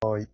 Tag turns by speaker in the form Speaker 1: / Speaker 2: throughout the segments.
Speaker 1: はい。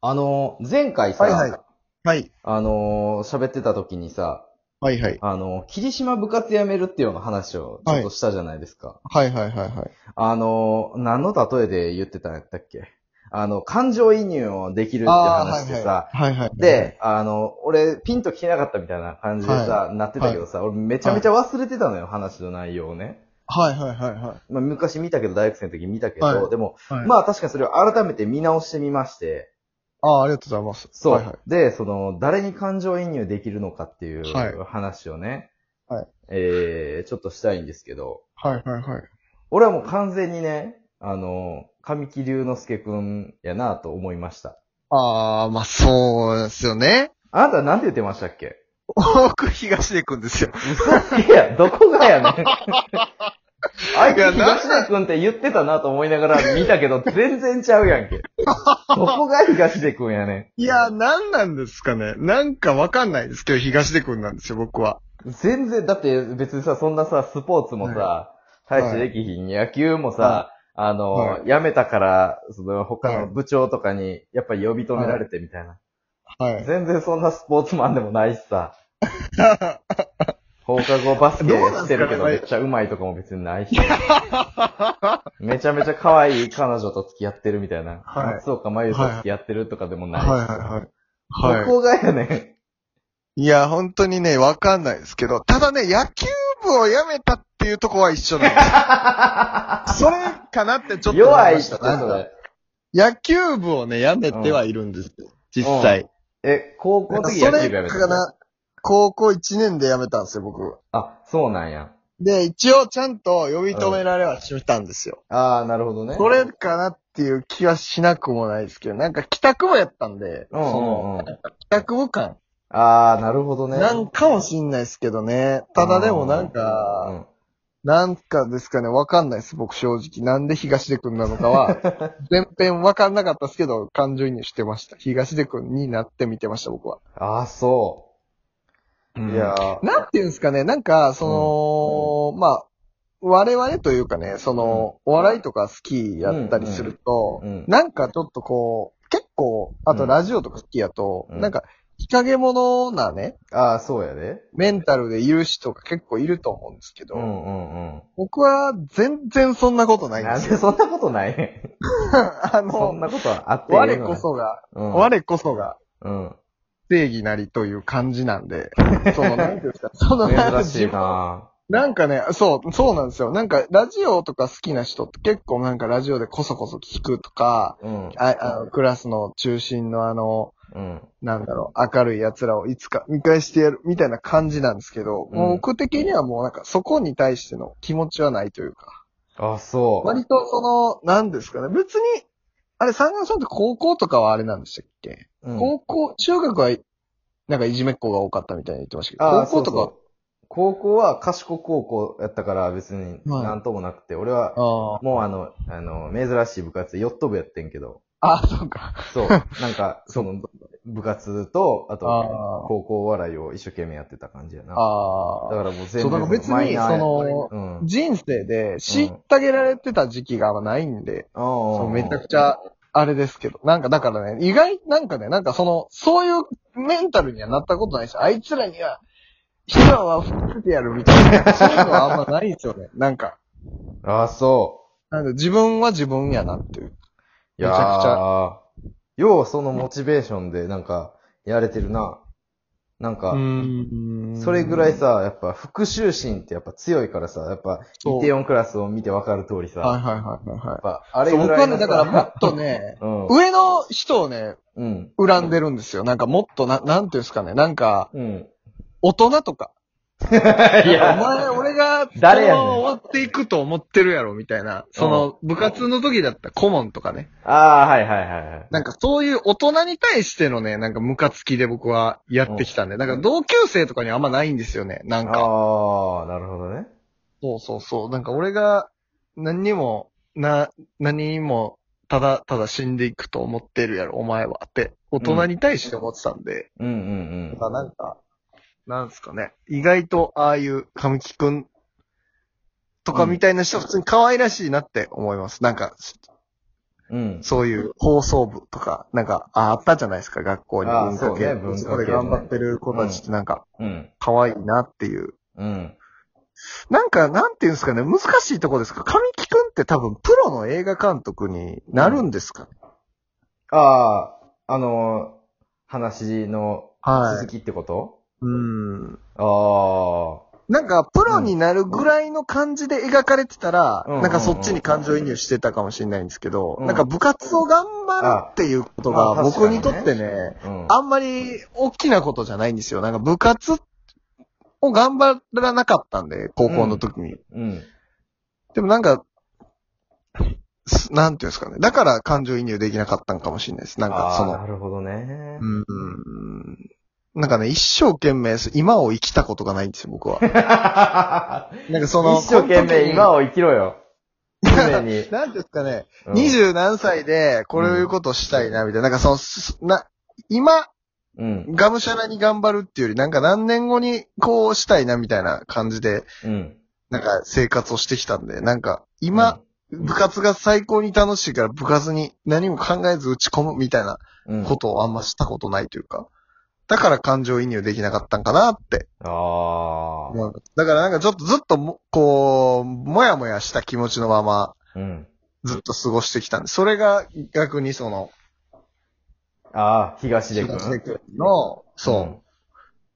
Speaker 2: あの、前回さ、
Speaker 1: はいはいはい。
Speaker 2: あの、喋ってた時にさ、
Speaker 1: はいはい。
Speaker 2: あの、霧島部活辞めるっていうような話をちょっとしたじゃないですか。
Speaker 1: はいはいはいはい。
Speaker 2: あの、何の例えで言ってたんやったっけあの、感情移入をできるって
Speaker 1: あー
Speaker 2: 話でさ、
Speaker 1: はいはい。
Speaker 2: で、あの、俺、ピンと来てなかったみたいな感じでさ、
Speaker 1: は
Speaker 2: なってたけどさ、俺めちゃめちゃ忘れてたのよ、話の内容をね。
Speaker 1: はいはいはいは
Speaker 2: まあ、昔見たけど、大学生の時見たけど、
Speaker 1: はい
Speaker 2: でも、
Speaker 1: い。はい、
Speaker 2: まあ確かにそれを改めて見直してみまして、
Speaker 1: ああ、ありがとうございます。
Speaker 2: そう。
Speaker 1: はいはい。
Speaker 2: で、その、誰に感情移入できるのかっていう
Speaker 1: はい
Speaker 2: 話をね、
Speaker 1: はい
Speaker 2: えー、ちょっとしたいんですけど、
Speaker 1: はいはいはい。
Speaker 2: 俺はもう完全にね、あの、神木隆之介くんやなと思いました。
Speaker 1: ああ、まあそうですよね。
Speaker 2: あなたなんて言ってましたっけ
Speaker 3: 僕、東出くんですよ。
Speaker 2: 嘘つけや、どこが やねん。あい
Speaker 3: いや
Speaker 2: つ、東出くんって言ってたなと思いながら見たけど、全然ちゃうやんけ。どこが東出くんやね
Speaker 3: いや、なんなんですかね。なんかわかんないですけど、東出くんなんですよ、僕は。
Speaker 2: ん。全然、だって別にさ、そんなさ、スポーツもさ、
Speaker 1: い
Speaker 2: 大してできひん、野球もさ
Speaker 1: は、
Speaker 2: あの、
Speaker 1: は
Speaker 2: 辞めたから、その他
Speaker 1: はい
Speaker 2: の部長とかに、やっぱり呼び止められてみたいな。
Speaker 1: はい。
Speaker 2: 全然そんなスポーツマンでもないし さ。放課後バスケしてるけど
Speaker 3: どう
Speaker 2: め
Speaker 3: なんすかね
Speaker 2: っちゃうまいとかも別にないし。めちゃめちゃ可愛い彼女と付き合ってるみたいな。
Speaker 1: はい
Speaker 2: 松岡真優と付き合ってるとかでもな
Speaker 1: はいい
Speaker 2: し。
Speaker 1: はいはい。
Speaker 2: そ
Speaker 1: は
Speaker 2: こがやね
Speaker 1: い。いや、本当にね、わかんないですけど、ただね、野球部をやめたっていうとこは一緒なんです。それかなってちょっと思
Speaker 2: 弱
Speaker 1: い
Speaker 2: い
Speaker 1: ま
Speaker 2: っ
Speaker 1: してた。
Speaker 2: それ。
Speaker 3: 野球部をね、やめてはいるんですよ、実際。
Speaker 2: え、高校
Speaker 3: な
Speaker 2: の
Speaker 3: んか
Speaker 2: 時
Speaker 3: そ
Speaker 2: 野球
Speaker 3: れ
Speaker 2: 部やめた
Speaker 3: か
Speaker 2: の
Speaker 3: な、高校1年でやめたんですよ、僕。
Speaker 2: あ、そうなんや。
Speaker 3: で、一応ちゃんと呼び止められはししたんですよ。
Speaker 2: ああ、なるほどね。
Speaker 3: それかなっていう気はしなくもないですけど、なんか帰宅部やったんで、
Speaker 2: うんうんうん。
Speaker 3: 帰宅部感、
Speaker 2: ああ、なるほどね。
Speaker 3: なんかもしんないですけどね。ただでもなんか、
Speaker 2: うん
Speaker 3: なんかですかね、わかんないです、僕正直。なんで東出くんなの かは、全編わかんなかったですけど、感情移入してました。東出くんになって見てました、僕は。
Speaker 2: ああ、そう。いやー
Speaker 3: なんていうんですかね、なんか、その、まあ、我々というかね、その、お笑いとか好きやったりすると、
Speaker 2: うんうん
Speaker 3: なんかちょっとこう、結構、あ
Speaker 2: う
Speaker 3: と
Speaker 2: ん
Speaker 3: ラジオとか好きやと、
Speaker 2: うん
Speaker 3: なんか、日陰者なね、
Speaker 2: ああ、そうやで。
Speaker 3: メンタルでいる人が結構いると思うんですけど、
Speaker 2: うんうんうん。
Speaker 3: 僕は全然そんなことないんで
Speaker 2: なん
Speaker 3: すよ。
Speaker 2: でそんなことないねん
Speaker 3: あ
Speaker 2: そ
Speaker 3: の
Speaker 2: ん、なことはあっていいの
Speaker 3: 我
Speaker 2: ね
Speaker 3: こ、そが、
Speaker 2: うん、
Speaker 3: 我こそが
Speaker 2: うん。
Speaker 3: 正義なりという感じなんで、その、なんていうんですか、その、
Speaker 2: 珍しいな
Speaker 3: なんかね、そう、そうなんですよ。なんか、ラジオとか好きな人って結構なんかラジオでこそこそ聞くとか、
Speaker 2: うん。
Speaker 3: ああのクラスの中心のあの、
Speaker 2: うん。
Speaker 3: なんだろう、明るい奴らをいつか見返してやるみたいな感じなんですけど、
Speaker 2: うん
Speaker 3: もう僕的にはもうなんかそこに対しての気持ちはないというか、
Speaker 2: あ、そう。
Speaker 3: 割とその、なんですかね、別に、あれ、三眼さんって高校とかはあれなんでしたっけ
Speaker 2: うん
Speaker 3: 高校、中学は、なんかいじめっ子が多かったみたいに言ってましたけど、
Speaker 2: あー
Speaker 3: 高校とか
Speaker 2: そうそう高校は賢高校やったから別に
Speaker 3: はい
Speaker 2: なんともなくて、俺は
Speaker 3: あ
Speaker 2: もうあの、あの、珍しい部活でヨット部やってんけど、
Speaker 3: あ、あーそうか。
Speaker 2: そう、なんか、その、部活と、あと
Speaker 3: あ、ー
Speaker 2: 高校お笑いを一生懸命やってた感じやな。だ
Speaker 3: あ
Speaker 2: か
Speaker 3: あ。
Speaker 2: らもう全
Speaker 3: そ
Speaker 2: 然
Speaker 3: うだから別に
Speaker 2: マイナーや
Speaker 3: その
Speaker 2: うん。
Speaker 3: 人生で、虐げられてた時期がないんで、
Speaker 2: そ
Speaker 3: そうめちゃくちゃ、あれですけど、なんかだからね、意外、なんかね、なんかその、そういうメンタルにはなったことないし、あいつらには、人は吹ってやるみたいな、そういうのはあんまないんですよね。 なんか、
Speaker 2: ああ、そう。
Speaker 3: なんか自分は自分やなっていう。
Speaker 2: いや
Speaker 3: めちゃくち
Speaker 2: くちゃ。よう、そのモチベーションで、なんか、やれてるな。なんか、
Speaker 3: ん
Speaker 2: それぐらい、さ、やっぱ、復讐心ってやっぱ強いからさ、やっぱ、
Speaker 3: そう
Speaker 2: イテオンクラスを見てわかる通りさ、
Speaker 3: は
Speaker 2: や
Speaker 3: いはいはいはいはい
Speaker 2: っ。ぱ、あれ
Speaker 3: そう
Speaker 2: ぐ
Speaker 3: 僕
Speaker 2: ら
Speaker 3: はい
Speaker 2: の
Speaker 3: ね、
Speaker 2: さ
Speaker 3: だからもっとね、
Speaker 2: うん。
Speaker 3: 上の人をね、
Speaker 2: うん。
Speaker 3: 恨んでるんですよ。なんかもっとな、なんていうんですかね、なんか、
Speaker 2: うん。
Speaker 3: 大人とか。
Speaker 2: い
Speaker 3: お
Speaker 2: や、
Speaker 3: 前、俺が、
Speaker 2: 誰やねん
Speaker 3: このまま終わっていくと思ってるやろ、みたいな。その、部活の時だった顧問とかね。
Speaker 2: ああ、はいはいはいはい。
Speaker 3: なんかそういう大人に対してのね、なんかムカつきで僕はやってきたんで。だから同級生とかにはあんまないんですよね。なんか。
Speaker 2: ああ、なるほどね。
Speaker 3: そうそうそう。なんか俺が、何にも、な、何にも、ただただ死んでいくと思ってるやろ、お前は。って、大人に対して思ってたんで。
Speaker 2: うんうん
Speaker 3: まあなんか、なんすかね。意外と、ああいう、神木くんとかみたいな人、普通に可愛らしいなって思います。なんか、
Speaker 2: うん。
Speaker 3: そういう放送部とか、なんか、ああったじゃないですか、学校に
Speaker 2: あー
Speaker 3: 文化系。
Speaker 2: そうね文化系
Speaker 3: そこで頑張ってる子たちってなんか、
Speaker 2: うん。
Speaker 3: 可愛いなっていう。
Speaker 2: うん。
Speaker 3: なんか、なんていうんですかね、難しいとこですか神木くんって多分プロの映画監督になるんですか、
Speaker 2: ああ、あのー話の
Speaker 3: はい
Speaker 2: 続。きってこと、
Speaker 3: うん。
Speaker 2: ああ。
Speaker 3: なんか、プロになるぐらいの感じで描かれてたら、
Speaker 2: うん
Speaker 3: なんかそっちに感情移入してたかもしれないんですけど、
Speaker 2: うん
Speaker 3: なんか部活を頑張るっていうこと
Speaker 2: あ
Speaker 3: が
Speaker 2: あ
Speaker 3: 僕にと
Speaker 2: 確か
Speaker 3: っ
Speaker 2: にね
Speaker 3: てね、
Speaker 2: うん。
Speaker 3: あんまり大きなことじゃないんですよ。なんか部活を頑張らなかったんで、高校の時に。
Speaker 2: うん。
Speaker 3: でもなんか、すなんていうんですかね。だから感情移入できなかったんかもしれないです。なんかそ
Speaker 2: ああ、
Speaker 3: の
Speaker 2: な、るほどね。
Speaker 3: うんうん。なんかね、一生懸命す、今を生きたことがないんですよ、 僕は。なんかその、
Speaker 2: 一生懸
Speaker 3: この時
Speaker 2: 命
Speaker 3: に。
Speaker 2: 今を生きろよ。常に
Speaker 3: なんていうんですかね、
Speaker 2: うん
Speaker 3: 二、十、何歳で、こういうことしたいな、みたいな。なんかそのす、な、今、
Speaker 2: うん。
Speaker 3: がむしゃらに頑張るっていうより、なんか何年後にこうしたいな、みたいな感じで、
Speaker 2: うん。
Speaker 3: なんか生活をしてきたんで、なんか、今、部活が最高に楽しいから、部活に何も考えず打ち込むみたいな
Speaker 2: うん、うん。
Speaker 3: ことをあんましたことないというか、だから感情移入できなかったんかなって。
Speaker 2: ああ。
Speaker 3: なんかだからなんかちょっとずっとも、こう、もやもやした気持ちのまま、
Speaker 2: うん。
Speaker 3: ずっと過ごしてきたんで、それが逆にその、
Speaker 2: ああ、東出君。
Speaker 3: 東出君の、そう、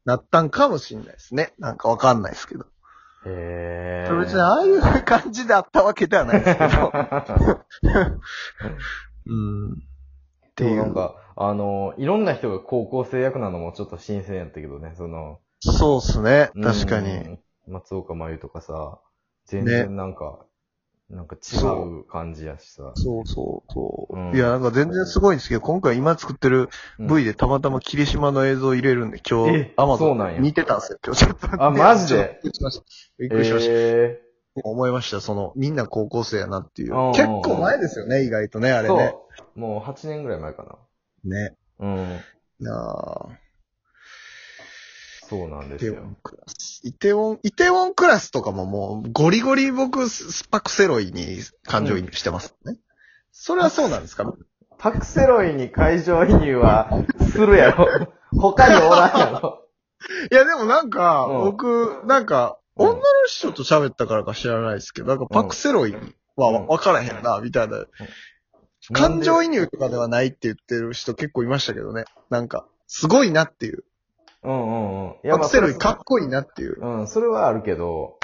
Speaker 3: なったんかもしれないですね。なんかわかんないですけど。
Speaker 2: うん。へえ。
Speaker 3: 別にああいう感じであったわけではな いですけど。うん。って
Speaker 2: でも
Speaker 3: い
Speaker 2: なん
Speaker 3: う。
Speaker 2: か、あの、いろんな人が高校生役なのもちょっと新鮮やったけどね、その。
Speaker 3: そうっすね。
Speaker 2: うん
Speaker 3: 確かに。。
Speaker 2: 松岡真優とかさ、全然なんか、なんか違う感じやしさ。
Speaker 3: そうそうそう。
Speaker 2: うん
Speaker 3: いや、なんか全然すごいんですけど、今回今作ってる V
Speaker 2: で。
Speaker 3: でたまたま霧島の映像を入れるんで、今日
Speaker 2: え、
Speaker 3: アマ
Speaker 2: そ
Speaker 3: ゾ
Speaker 2: うなんや
Speaker 3: ン見てたんですよ、今日ちょっと。
Speaker 2: あマジで
Speaker 3: びっくりしました。びっくりしました。
Speaker 2: え
Speaker 3: 思いました、その、みんな高校生やなっていう
Speaker 2: うんうんう。ん
Speaker 3: 結構前ですよね、意外とね、あ
Speaker 2: え
Speaker 3: れね。
Speaker 2: そう。もう8年ぐらい前か
Speaker 3: ね。
Speaker 2: な。うん。
Speaker 3: いやー
Speaker 2: そうなん
Speaker 3: イ
Speaker 2: です
Speaker 3: テウ
Speaker 2: よ
Speaker 3: ォ。ンクラス。イテウォン、イテウォンクラスとかももう、ゴリゴリ僕、スパクセロイに感情移入してますね。それはそうなんですか
Speaker 2: パクセロイに会場移入は、するやろ。他におらんやろ。
Speaker 3: いや、でもなんか、
Speaker 2: うん
Speaker 3: 僕、なんか、
Speaker 2: うん
Speaker 3: 女の人と喋ったからか知らないですけど、なんかパクセロイは
Speaker 2: うん
Speaker 3: わからへんな、みたいな。感情移入とかではないって言ってる人結構いましたけどね。なんか、すごいなっていう。
Speaker 2: うんうんうん。い
Speaker 3: パクセロイ
Speaker 2: まあ
Speaker 3: かっこいいなっていう。
Speaker 2: うん、それはあるけど、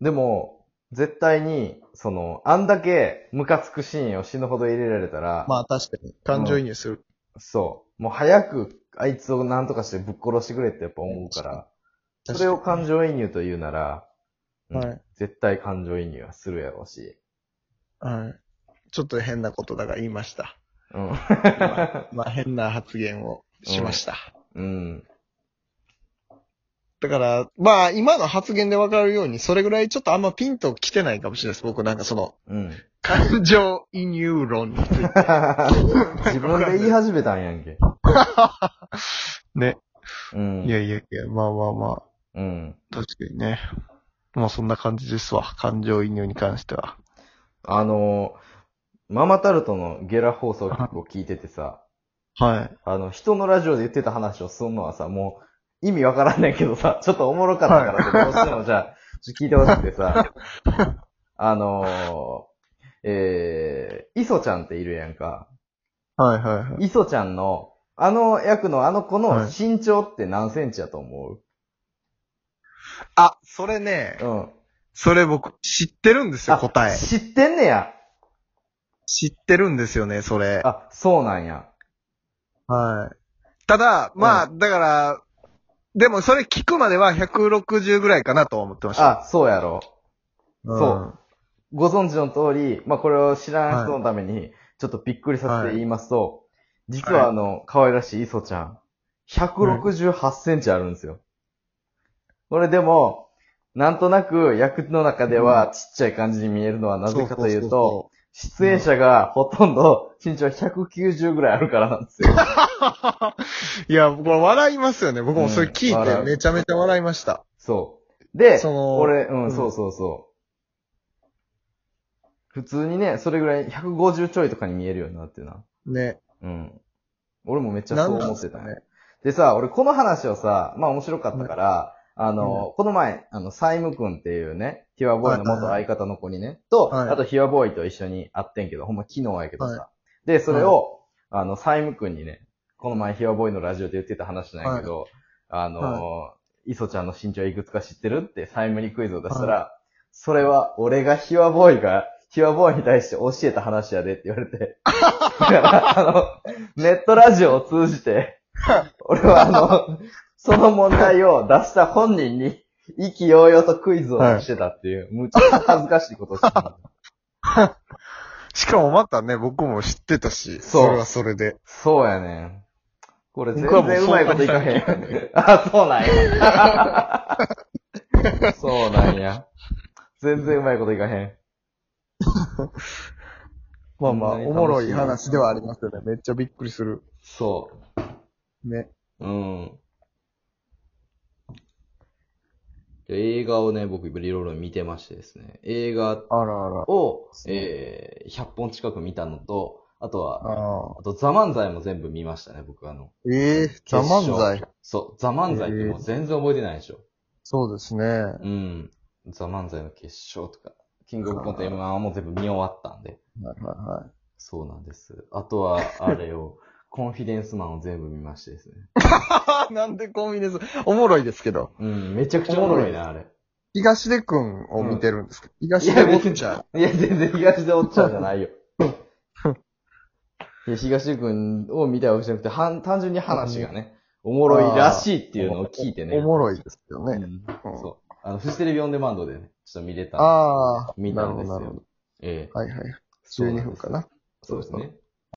Speaker 2: でも、絶対に、その、あんだけムカつくシーンを死ぬほど入れられたら、
Speaker 3: まあ確かに。感情移入する。
Speaker 2: そう、もう早くあいつを何とかしてぶっ殺してくれってやっぱ思うから、それを感情移入と言うなら、うん
Speaker 3: はい
Speaker 2: 絶対感情移入はするやろうし。
Speaker 3: はい。ちょっと変なことだが言いました。
Speaker 2: うん。
Speaker 3: まあ変な発言をしました。
Speaker 2: うん。
Speaker 3: だから、まあ今の発言でわかるように、それぐらいちょっとあんまピンと来てないかもしれないです。僕なんかその、
Speaker 2: うん。
Speaker 3: 感情移入論について。
Speaker 2: 自分で言い始めたんやんけ。
Speaker 3: ね。
Speaker 2: うん。
Speaker 3: いやいやいや、まあまあまあ、
Speaker 2: うん。
Speaker 3: 確かにね。まあそんな感じですわ。感情移入に関しては。
Speaker 2: あのーママタルトのゲラ放送局を聞いててさ、
Speaker 3: はい。
Speaker 2: あの、人のラジオで言ってた話をするのはさ、もう意味わからんねんけどさ、ちょっとおもろかったからさ、どうしてもじゃあ、ちょっと聞いてほしくてさ、あのー、えー、イソちゃんっているやんか。
Speaker 3: はいはいはい。
Speaker 2: イソちゃんの、あの役のあの子の
Speaker 3: はい
Speaker 2: 身長って何センチやと思
Speaker 3: あ、それね
Speaker 2: う、うん。
Speaker 3: それ僕知ってるんですよ、
Speaker 2: あ
Speaker 3: 答え。
Speaker 2: 知ってんねや。
Speaker 3: 知ってるんですよね、それ。
Speaker 2: あ、そうなんや。
Speaker 3: はい。ただ、まあ、だから、でもそれ聞くまでは160ぐらいかなと思ってました。
Speaker 2: あ、そうやろ。
Speaker 3: うん
Speaker 2: そう。ご存知の通り、まあ、これを知らない人のために、ちょっとびっくりさせて言いますと、実はあの、可愛らしいイソちゃん、168センチあるんですよ。これでも、なんとなく役の中ではちっちゃい感じに見えるのはなぜかというと、出演者がほとんど身長190ぐらいあるからなんですよ。
Speaker 3: そうそうそう、 いや、これ笑いますよね。僕もそれ聞
Speaker 2: うん
Speaker 3: い
Speaker 2: 笑
Speaker 3: て
Speaker 2: う
Speaker 3: めちゃめちゃ笑いました。
Speaker 2: そう。で、
Speaker 3: その
Speaker 2: 俺、うん、
Speaker 3: うん
Speaker 2: そうそうそう。普通にね、それぐらい150ちょいとかに見えるようになってな。
Speaker 3: ね。
Speaker 2: うん。俺もめっちゃ
Speaker 3: な
Speaker 2: そ
Speaker 3: ん
Speaker 2: う
Speaker 3: なん
Speaker 2: 思っ
Speaker 3: す
Speaker 2: て
Speaker 3: か
Speaker 2: た。
Speaker 3: ね。
Speaker 2: でさ、俺この話をさ、まあ面白かったから、あの、この前、あの、サイム君っていうね、ヒワボーイの元相方の子にね、と、
Speaker 3: はい
Speaker 2: あとヒワボーイと一緒に会ってんけど、ほんま昨日やけどさ。
Speaker 3: は
Speaker 2: で、それを、あの、サイム君にね、この前ヒワボーイのラジオで言ってた話なんやけど、あの、イソちゃんの身長いくつか知ってるってサイムにクイズを出したら、それは俺がヒワボーイが、ヒワボーイに対して教えた話やでって言われて。 だから、あの、ネットラジオを通じ て、俺はあの、その問題を出した本人に、意気揚々とクイズをしてたっていう、むちゃくちゃ恥ずかしいことをしてた。
Speaker 3: しかもまたね、僕も知ってたし、
Speaker 2: そう
Speaker 3: それはそれで。
Speaker 2: そうやねん。これ全
Speaker 3: 僕はもう
Speaker 2: 然うまいこといかへん。あ、そうなんや。そうなんや。全然うまいこといかへん。
Speaker 3: まあまあ、
Speaker 2: ほんまに楽しい
Speaker 3: おもろい話ではありますよね。めっちゃびっくりする。
Speaker 2: そ
Speaker 3: ね。
Speaker 2: う。うん。映画をね、僕いろいろ見てましてですね。映画
Speaker 3: あらあら。
Speaker 2: を、えー、100本近く見たのと、あとは、
Speaker 3: ああ。
Speaker 2: あと、ザ・漫才も全部見ましたね、僕あの。
Speaker 3: ええザ・漫才。
Speaker 2: そう、ザ・漫才ってもう全然覚えてないでしょ。
Speaker 3: そうですね。
Speaker 2: うん。ザ・漫才の決勝とか、キングオブコント M1 はもう全部見終わったんで。
Speaker 3: はいはいはい。
Speaker 2: そうなんです。あとは、あれ を、コンフィデンスマンを全部見ましてですね。
Speaker 3: あ なんでコンビニです。おもろいですけど。
Speaker 2: うん、めちゃくちゃおもろいな、あれ。
Speaker 3: 東出くんを見てるんですか、東
Speaker 2: いや
Speaker 3: 出
Speaker 2: 別
Speaker 3: く
Speaker 2: に
Speaker 3: んちゃう。
Speaker 2: いや、全然東出おっちゃんじゃない よ。いや、東出くんを見たわけじゃなくて、はん単純に話がね、おもろいらしいっていうのを聞いてね。
Speaker 3: おもろいですよ
Speaker 2: う
Speaker 3: ね。
Speaker 2: ん
Speaker 3: うん
Speaker 2: そう。あの、フジテレビオンデマンドでね、ちょっと見れたんで
Speaker 3: ああ、
Speaker 2: 見たんです
Speaker 3: なるほどなるほ
Speaker 2: よ。ええ
Speaker 3: ど。はいはい。
Speaker 2: そうなん
Speaker 3: 12
Speaker 2: です
Speaker 3: 分かな。
Speaker 2: そうですね。